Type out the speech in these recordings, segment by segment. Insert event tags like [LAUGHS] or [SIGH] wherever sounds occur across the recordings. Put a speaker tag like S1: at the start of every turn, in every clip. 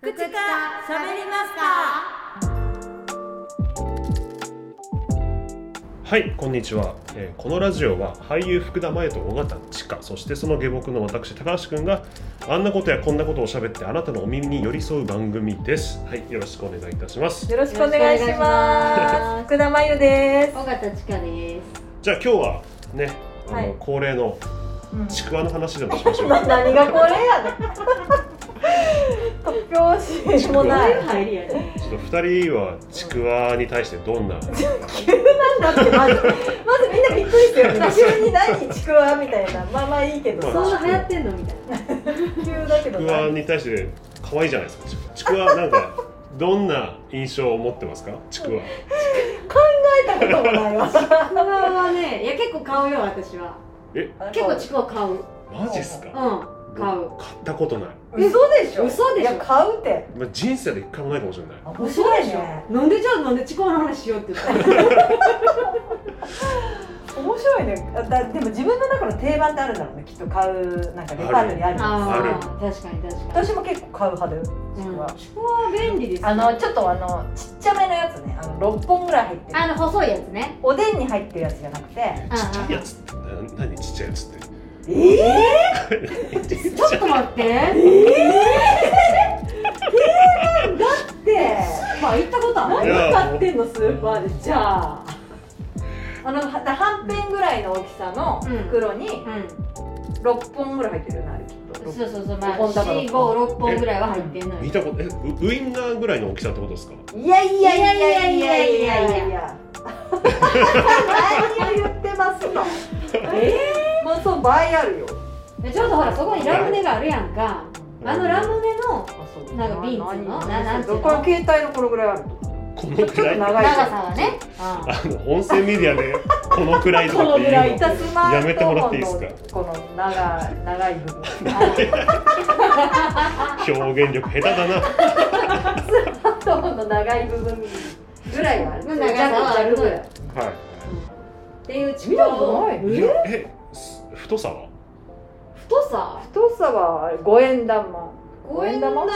S1: 福地がしゃべりますか
S2: はいこんにちは、えーこのラジオは俳優福田麻也と尾形知花そしてその下僕の私高橋くんがあんなことやこんなことを喋ってあなたのお耳に寄り添う番組ですはいよろしくお願いいたします
S3: よろしくお願いします。福田真由で
S1: 尾形千佳で
S2: じゃあ今日はねあの、
S3: はい
S2: 恒例の
S3: す。
S2: ちくわの話でもしましょう
S3: な何がこれやねん。突拍子も [LAUGHS] ない。
S1: す入りやね
S2: ちょっと2人はちくわに対してど
S1: [LAUGHS]
S2: んな
S3: なんだってまずまずみんなびっくりしたよね。急に何ちくわみたいな。まあまあいいけど
S1: そん
S3: さ。
S1: な流行ってんのみたい [LAUGHS] な
S3: 急だけ
S2: ち
S3: ど
S2: くわ
S3: な。
S2: に対して可愛いじゃないですかちくちくわな
S1: [LAUGHS]
S2: んかどんな印象を持ってますかちくわ
S3: 考えたこともないわ。
S1: ちくわはねいや結構買うよ私は
S2: え
S1: 結構ちくわ買ううん
S2: マジっすか
S1: 買う
S2: 買ったことない、
S3: 嘘でしょ。
S1: 嘘でしょ
S3: いや買うって。
S2: まあ、人生で一回もないかもしれない
S3: 面白いね。
S1: なんでじゃあなんでちくわの話しようって言ったの
S3: 面白いね。あだでも自分の中の定番ってあるんだろうね。きっと買うなんかデパートにあるんですよ。
S1: あ
S2: ある
S1: ー確かに確か
S3: 私も結構買う派だよ。
S1: に
S3: ち
S1: う
S3: く
S1: ん
S3: わ。
S1: ちくわは便利ですよ
S3: あのちょっとあのちっちゃめのやつねあの6本ぐらい入ってる
S1: あの細いやつね
S3: おでんに入ってるやつじゃなくて
S2: ちっちゃいやつってな何ちっちゃいやつって
S3: ええ
S1: ちょっと待って
S3: で
S1: まあ行ったことあ
S2: い
S1: る
S2: や
S3: 何買ってんのスーパーでじゃああのはだ半辺ぐらいの大きさの袋に
S1: うん
S3: 6本ぐらい入ってるよねあれきっと
S1: そうそうそうまあ
S3: 五本だから
S1: 456本ぐらいは入ってんのよ
S2: 見たことえウウインナーぐらいの大きさってことですか
S3: いやいやいやいやいやい
S1: いやいや
S3: や
S1: いや
S3: いや何を言ってますの
S1: え
S3: もうそう倍あるよ
S1: ーちょっとほらそこにラムネがあるやんかあのラ
S2: ム
S1: ムネの
S3: あそう
S1: なんか瓶っていうの
S3: な
S1: ななんていうの
S3: この携帯のこのぐらいある
S2: こ
S3: ちょ
S2: の
S3: っと
S2: くらいあ
S3: 長い
S1: 長さはね、うん
S2: の音声メディアでこのくらいとか
S3: こ
S2: っ
S3: の
S2: て
S3: ぐ
S2: いう
S3: らい
S2: の
S3: たスマートフォンの
S2: やめてもらっていいですか
S3: この長い長い部分
S2: 表現力下手だな
S3: スマートフォンの長い部分ぐらいはある
S1: 長さはあるのよ
S2: はい
S1: っていうち
S3: 見たことないい
S2: いやえす太さは
S1: 太さ
S3: 太さは5円玉
S1: 五円玉
S3: 5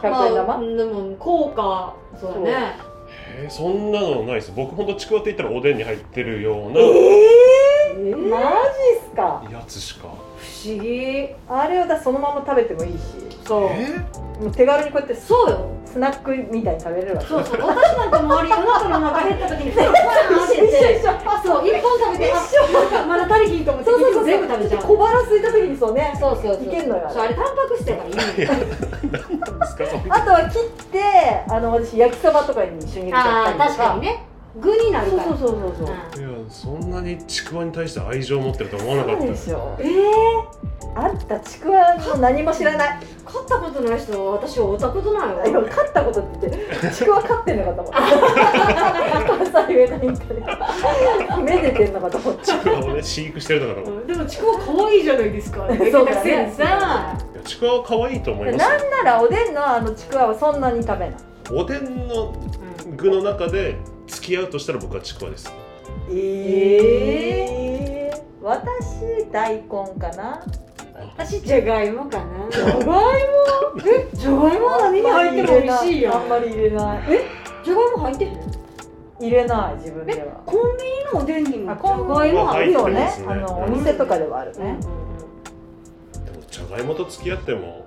S1: 100
S3: 100円玉
S1: でも効果そうだね
S2: えーそんなのないです僕ほんとちくわって言ったらおでんに入ってるよう
S3: ええー、マジっすか
S2: なやつし
S1: 不
S2: か
S1: 思議
S3: あれをだそのまま食べてもいいし
S1: そう
S2: え
S3: もう手軽にこうやってス
S1: そうよ
S3: スナックみたいに食べれるわけ
S1: そうそう私なんか周り夜中のお腹減った時にそう
S3: 一緒一緒
S1: そ
S3: 一緒
S1: う一本食べてあまだ足りひんと思って
S3: そうそうそう
S1: 全部食べちゃう
S3: 小腹空いた時にそうね
S1: そうそうそう
S3: いけんのよあれ
S1: そうあれタンパク質やからいいのよ
S2: なんですかそん
S3: あ
S2: な
S3: とは切ってあの私焼きそばとかに一緒に入れちゃった
S1: あ
S3: り
S1: ー
S3: とか
S1: 確かにね具になる
S3: そ
S1: か
S3: う
S1: ら
S3: そうそうそうそう
S2: いやそんなにちくわに対して愛情を持ってるとは思わなか
S3: そう
S2: っ
S3: でしょ
S1: えー、
S3: あんたちくわの何も知らない
S1: 買ったことない人は私は会ったことないわ
S3: 今勝ったことって言ってちくわ勝ってんのかと思った関西上田インタビューめでてんのかと思った
S2: たちくわをね飼育してるのかと思
S1: でもちくわ可愛いじゃないですか。
S3: [LAUGHS] そうだね
S1: さ
S2: ういやちくわは可愛いと思いますよ
S3: なんならおでんのあのちくわはそんなに食べない
S2: おでんの具の中で付き合うとしたら僕はちくわです
S3: ええ私大根かな
S1: 私じゃがいもか
S3: [LAUGHS]
S1: な。
S3: じゃがいもえ
S1: じゃがいもは何に入っても美味しいよ
S3: あ。んまり入れないえ
S1: じゃがいも入ってへん。
S3: 入れない自分では
S1: コンビニのおでんにも
S3: あ今後もあるよ
S2: 入ってま
S3: ね
S2: すね
S3: あのお店とかではあるね、
S2: でもじゃがいもと付き合っても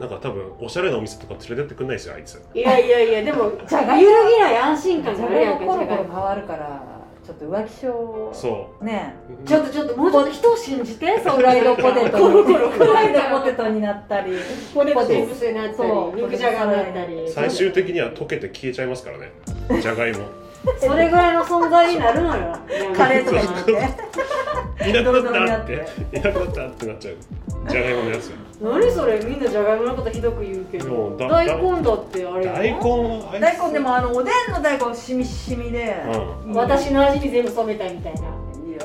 S2: ななんか多分おしゃれなお店とか連れてってくんないですよあいつ
S1: いやいやいやでも
S3: じゃがい
S1: 揺
S3: も
S1: るぎない安心感
S3: じ
S1: が
S3: ゃ
S1: ある
S3: がい
S1: や
S3: も
S1: んか
S3: コロ
S1: じゃ
S3: コ
S1: がい
S3: ロ変
S1: も
S3: わるからちょっと浮気症
S2: そ
S3: ね
S2: う
S1: ちょっとちょっともうちょっと人を信じ
S3: [LAUGHS]
S1: て
S3: フライドポテト
S1: コロコロ
S3: フライドポテトになったり
S1: ポテ
S3: ポ
S1: ト
S3: テ
S1: チップスになったり
S3: そう
S1: 肉じゃがになったり
S2: 最終的には溶けて消えちゃいますからねじゃがい [LAUGHS] も
S1: それぐらいの存在になるのよ
S3: [LAUGHS] カレーとかになって
S2: いなく
S3: ドロドロ
S2: な
S3: にな
S2: ったっ
S3: ってて
S2: いなくなったってなっちゃうじゃがいものやつ
S1: 何それみんなじゃがいものことひどく言うけど
S2: もうだ
S1: 大根だってあれよ
S2: 大根はあいつ
S3: 大根でもあのおでんの大根しみしみで、
S2: う
S1: 私の味に全部染めたいみたいな
S3: うんいいよ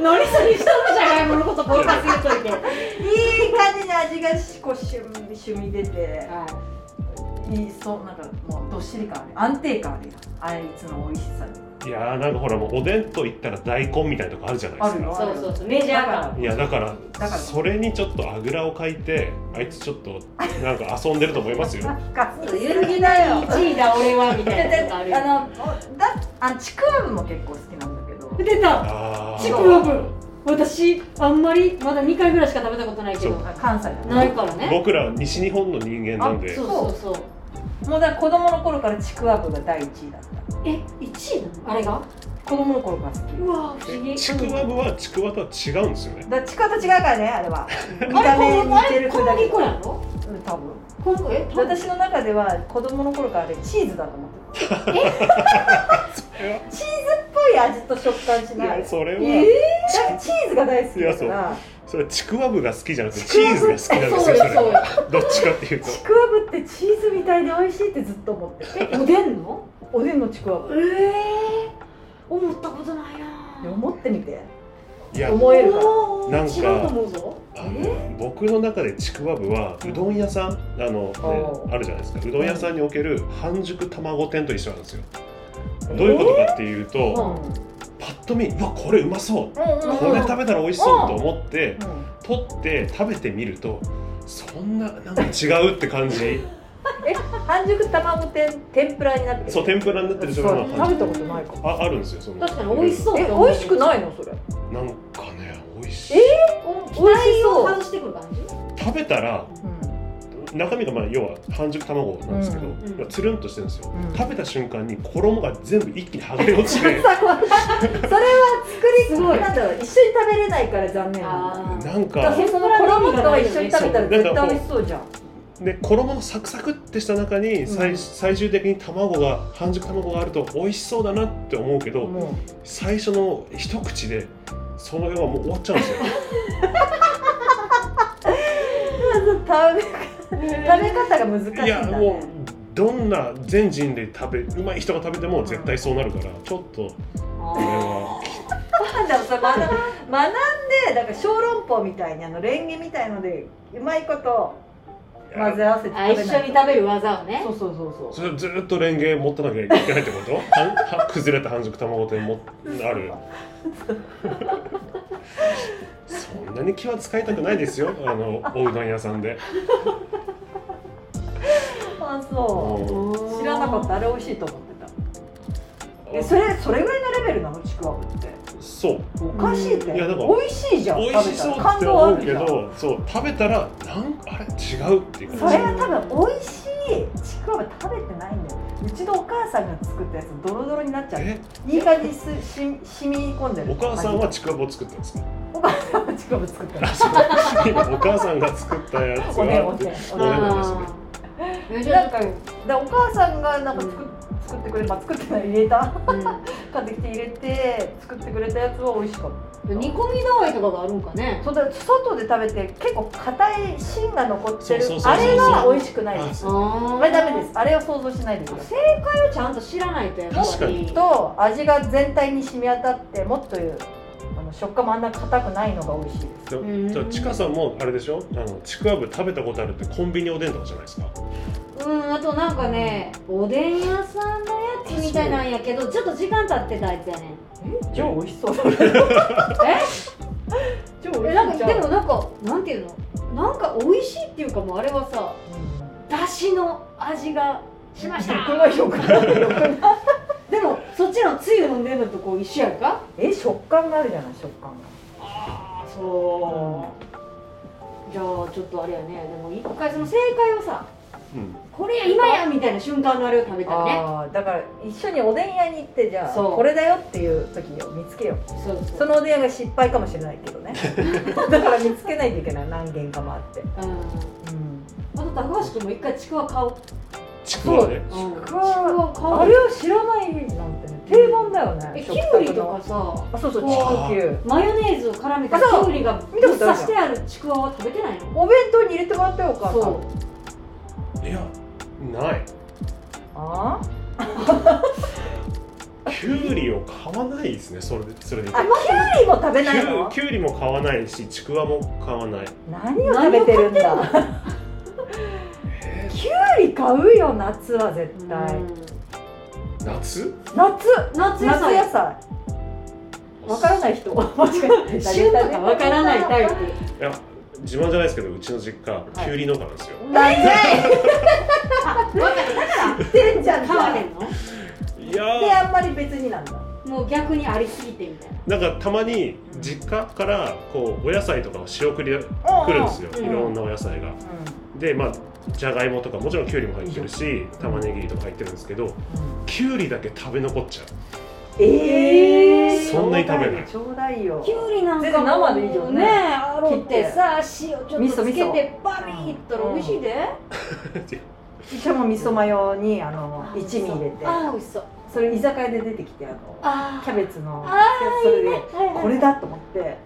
S1: 何それ人のじゃがいものことぼかす言 [LAUGHS] うといて
S3: いい感じに味がしこうしゅしゅみ出て
S1: はい
S3: いそうなんかもうどっしり感ある安定感あるよあいつの美味しさに
S2: いやーなんかほらもうおでんと言ったら大根みたいなとこあるじゃないです
S3: ある
S2: か
S3: の
S1: そうそうそうメジャー感
S2: いやだから
S3: から
S2: それにちょっとあぐらをかいてあいつちょっとなんか遊んでると思いますよ
S3: か
S4: 揺るぎだよ
S1: 1位だ俺はみ
S3: で
S1: たいなとこある
S3: であのおだあちくわぶも結構好きなんだけど
S1: 出た
S2: あ
S1: ちく
S2: ー
S1: わぶ私あんまりまだ2回ぐらいしか食べたことないけど
S3: あ関西だね
S1: ないからね
S2: 僕ら西日本の人間なんで
S1: そうそうそう
S3: もうだから子供の頃からちくわぶが第一位だった
S1: え1位なのあれが
S3: 子供の頃から好き
S1: うわ不思議
S2: ちくわぶはちくわとは違うんですよね
S3: だからちくわと違うからねあれは見た目似てるく
S1: 小
S3: だけ
S1: 麦粉やろ
S3: うん多分
S1: 小麦粉え
S3: 私の中では子供の頃からあれチーズだと思ってたチーズっぽい味と食感し
S2: い
S3: ない
S2: やそれは、
S3: だからチーズが大好きだから
S2: それはちくわぶが好きじゃなくてチーズが好きなんです
S1: そう
S2: よ
S1: よ
S2: それ
S1: そう
S2: は
S1: よ
S2: どっちかっていうと
S3: ちくわぶってチーズみたいで美味しいってずっと思って
S1: え
S2: [LAUGHS]
S1: おでんの
S3: おでんのちくわぶ
S1: ええ思ったことないなぁ
S3: 思ってみて
S2: いや
S3: 思えるから
S1: おー
S2: なんか
S1: 違うと思うぞ
S2: あの僕の中でちくわぶはうどん屋さんあの、
S3: あ
S2: ね、
S3: ー
S2: あるじゃないですかうどん屋さんにおける半熟卵店と一緒なんですよどういうことかっていうと、
S3: うんうん
S2: パッと見うわこれうまそう
S3: うん
S2: これ食べたら美味しそうと思って
S3: うん
S2: 取って食べてみるとそんななんか違うって感じ
S3: 半熟卵天天ぷらになってる
S2: そう天ぷらになってる状態の
S3: そう
S2: 感
S3: 食
S2: じ
S3: べたことないかも
S2: ああるんですよその
S1: 確かに美味しそう
S3: え美味しくないのそれ
S2: いろいろなんかね美味しい
S1: お美味しそう外してくる感じ
S2: 食べたら
S3: うん
S2: 中身がまあ要は半熟卵なんですけど、
S3: うん
S1: うん
S2: まあつるんとしてるんですよ、
S3: うん
S2: 食べた瞬間に衣が全部一気に剥がれ落ちて
S3: さ [LAUGHS] それは作り
S1: すごい
S3: なんだろう一緒に食べれないから残念なんだ
S1: あー
S2: なん
S3: だ
S2: か
S3: からその衣とは一緒に食べたら絶対美味しそうじゃん
S2: で衣のサクサクってした中に最,、
S3: うん
S2: 最終的に卵が半熟卵があると美味しそうだなって思うけど、
S3: も
S2: 最初の一口でその辺はもう終わっちゃうん
S3: [LAUGHS]
S2: ですよ
S3: う食べ食べ方が難しいん
S2: いや
S3: だ
S2: も
S3: ね
S2: うどんな全人類食べうまい人が食べても絶対そうなるからちょっとこれは
S3: なんだろうさ学学んでだから小籠包みたいにあのレンゲみたいのでうまいこと
S2: いや
S3: 混ぜ合わせて
S1: あ一
S3: 食べな
S1: 緒に
S3: い
S1: 食べる技をね
S3: そうそうそうそ
S2: それずっとレンゲ持ってなきゃいけないってこと [LAUGHS] はんは崩れた半熟卵店もあるそんなに気は使いたくないですよあのおうどん屋さんで
S3: うあそ
S2: もう
S3: う知らなかったあれ美味しいと思ってたえそれそれぐらいのレベルなのちくわぶって
S2: そう
S3: おかしいって
S2: うんいやだから
S3: 美味しいじゃん
S2: 美味しそう
S3: 食べ
S2: っ
S3: たら感
S2: て
S3: 動あ
S2: 思う
S3: る
S2: け
S3: じゃん
S2: どそう食べたらなんあれ違うっていう
S3: そ
S2: 感
S3: れは多分美味しいちくわぶ食べてないんだようちのお母さんが作ったやつドロドロになっちゃ
S2: じ
S3: う
S2: え
S3: いい感じにすし染み込んでる
S2: お母さ
S3: [LAUGHS]
S2: んはちくわぶを作ったんですか [LAUGHS]
S3: お母さんはちくわぶ作ってる
S2: あそうお母さんが作ったやつ
S3: おでんお
S2: は
S3: でんおでん
S2: あ
S3: だ
S1: あ
S3: か
S1: ーえじゃ
S3: な
S1: あ
S3: んからお母さんがなんか作っ作ってくれ、まあ、作ってない入れた買ってきて入れて作ってくれたやつは美味しかった
S1: うん煮込み度合いとかがあるんかね
S3: それで外で食べて結構硬い芯が残ってる
S2: そうそうそうそう
S3: あれが美味しくないです
S2: あ
S1: あ
S3: あ
S1: あ
S3: れダメですあれを想像しないでください
S1: ちゃんと知らないとやっ
S2: 確か
S1: ぱり
S2: に
S3: と味が全体に染み当たってもっというあの食感もあんな硬くないのが美味しいです
S2: でも
S1: うん
S2: じゃあちかさんもあれでしょあのちくわぶ食べたことあるってコンビニおでんとかじゃないですか
S1: うんあとなんかねおでん屋さんのやつみたいなんやけどちょっと時間経ってたやつやね
S3: え超美味しそうだえ超美
S1: え
S3: 味
S1: な
S3: しい
S1: ん
S3: じ
S1: か
S3: ゃ
S1: で
S3: ん
S1: もなんかなんていうのなんか美味しいっていうかもうあれはさだしの味がしました
S3: よくないよくないよくない
S1: でもそっちのつゆ飲んでんのとこう一緒やんか
S3: え食感があるじゃない食感
S1: ああそうじゃあちょっとあれやねでも一回その正解をさ
S2: うん
S1: これや今やみたいな瞬間のあれを食べた
S3: が、
S1: いね
S3: ああーだから一緒におでん屋に行ってじゃあ
S1: そう
S3: これだよっていう時を見つけよう
S1: そうそ
S3: そうのおでん屋が失敗かもしれないけど
S1: [LAUGHS]
S3: ねだから見つけないといけない何軒かもあって、
S1: うん
S3: うん、
S1: あと高橋君も一回ちくわ買おう
S2: ちくわね
S1: うんちく
S3: ちくわ
S1: わ買おう
S3: あれを知らないなんてね定番だよね
S1: えキ
S3: 食卓
S1: ュウ
S3: の
S1: リとかさ
S3: あそうそう
S2: あ
S3: 地球
S1: マヨネーズを絡めた
S3: あ
S1: キ
S3: そう
S1: ュウリがぶ
S3: 見た
S1: っ
S3: こと
S1: 刺
S3: あるじ
S1: してあ
S3: ゃん
S1: るちくわは食べてないの
S3: お弁当に入れてもらったよお母さん
S1: そう
S2: いやない
S3: あ
S2: きゅうりを買わないですねそれでそれで
S3: ーあキュウリも食べ
S2: き
S3: ない
S2: ゅう
S3: の
S2: きゅうりも買わないしちくわも買わない
S3: 何を食べてるんだキュウリ買うよ夏は絶対
S1: うん
S2: 夏
S3: 夏
S1: 夏野
S3: 夏
S1: 菜
S3: 野菜わからない [LAUGHS] 人間違えて
S1: 旬とかわからないタイプ
S2: いや自慢じゃないですけどうちの実家きゅうり農家なんですよ、
S3: 大体
S1: だか
S3: 知ってんじゃ
S1: ら
S3: ん
S1: 買わへ
S3: で
S1: んの
S2: いやー
S3: あんまり別になんだ
S1: もう逆にありすぎてみたいな
S2: なんかたまに実家からこうお野菜とかを仕送りで来るんですよ、
S1: うん
S2: いろんなお野菜が。でまあじゃがいもとかもちろんきゅうりも入ってるし玉ねぎとか入ってるんですけどきゅうりだけ食べ残っちゃう
S3: ええ
S2: そんなに食べない
S3: ちょうだいよ
S1: きゅうりなんかも
S4: 生でいいよね
S1: あろうってさ塩ちょっとつけ
S3: 味噌味
S1: てバリッと美味しいで
S3: しかも味噌マヨにあの一味入れて
S1: あー美味しそう
S3: それ居酒屋で出てきてあの
S1: あ
S3: キャベツの
S1: あ
S3: それで
S1: ーはいはい
S3: これだと思って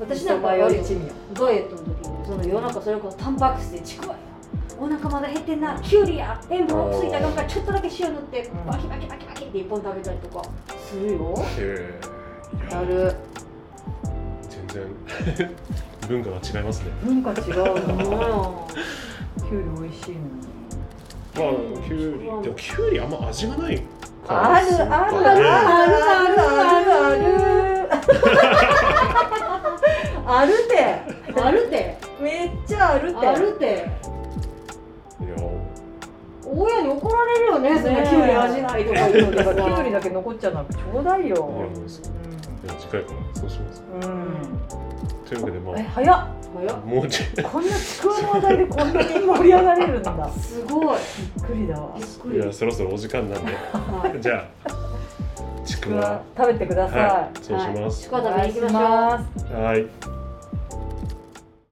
S1: 私なんかより
S3: 一味を
S1: ダイエットの時にその夜中それこそタンパク質でちくわやお腹まだ減ってんなきゅうりや塩分多くついたがんからちょっとだけ塩塗って
S3: うん
S1: バキバキバキバキって一本食べたりとかするよ
S2: へえ
S1: やる
S2: 全然文化が違いますね
S3: 文化違うの
S1: う
S3: きゅうり美味しいのに
S2: まあきゅうりでもきゅうりあんま味がないから
S3: あるあるあるあるあるあるあるて
S1: んあるて
S3: めっちゃあるて
S1: あるて
S2: いや
S1: 親に怒られるよねそんなきゅうり味ないとか言うの
S3: だ
S1: で
S3: か
S1: さ
S3: らきゅうりだけ残っちゃうなんかちょうだい
S2: いや
S3: よ
S2: いや次回からそうします
S3: うん、うん、
S2: というわけでま
S3: え早っ
S1: 早っ
S2: あもうちょい
S3: こんなちくわの話題でこんなに盛り上がれるんだ
S1: すごい
S3: びっくりだわ
S1: びっく
S2: い
S1: り
S2: やそろそろお時間なんで
S1: はい
S2: じゃあちくわ
S3: 食べてください、
S2: はいそうします
S1: はい、ちくわ食べに行きましょう
S3: お願いしす
S2: はい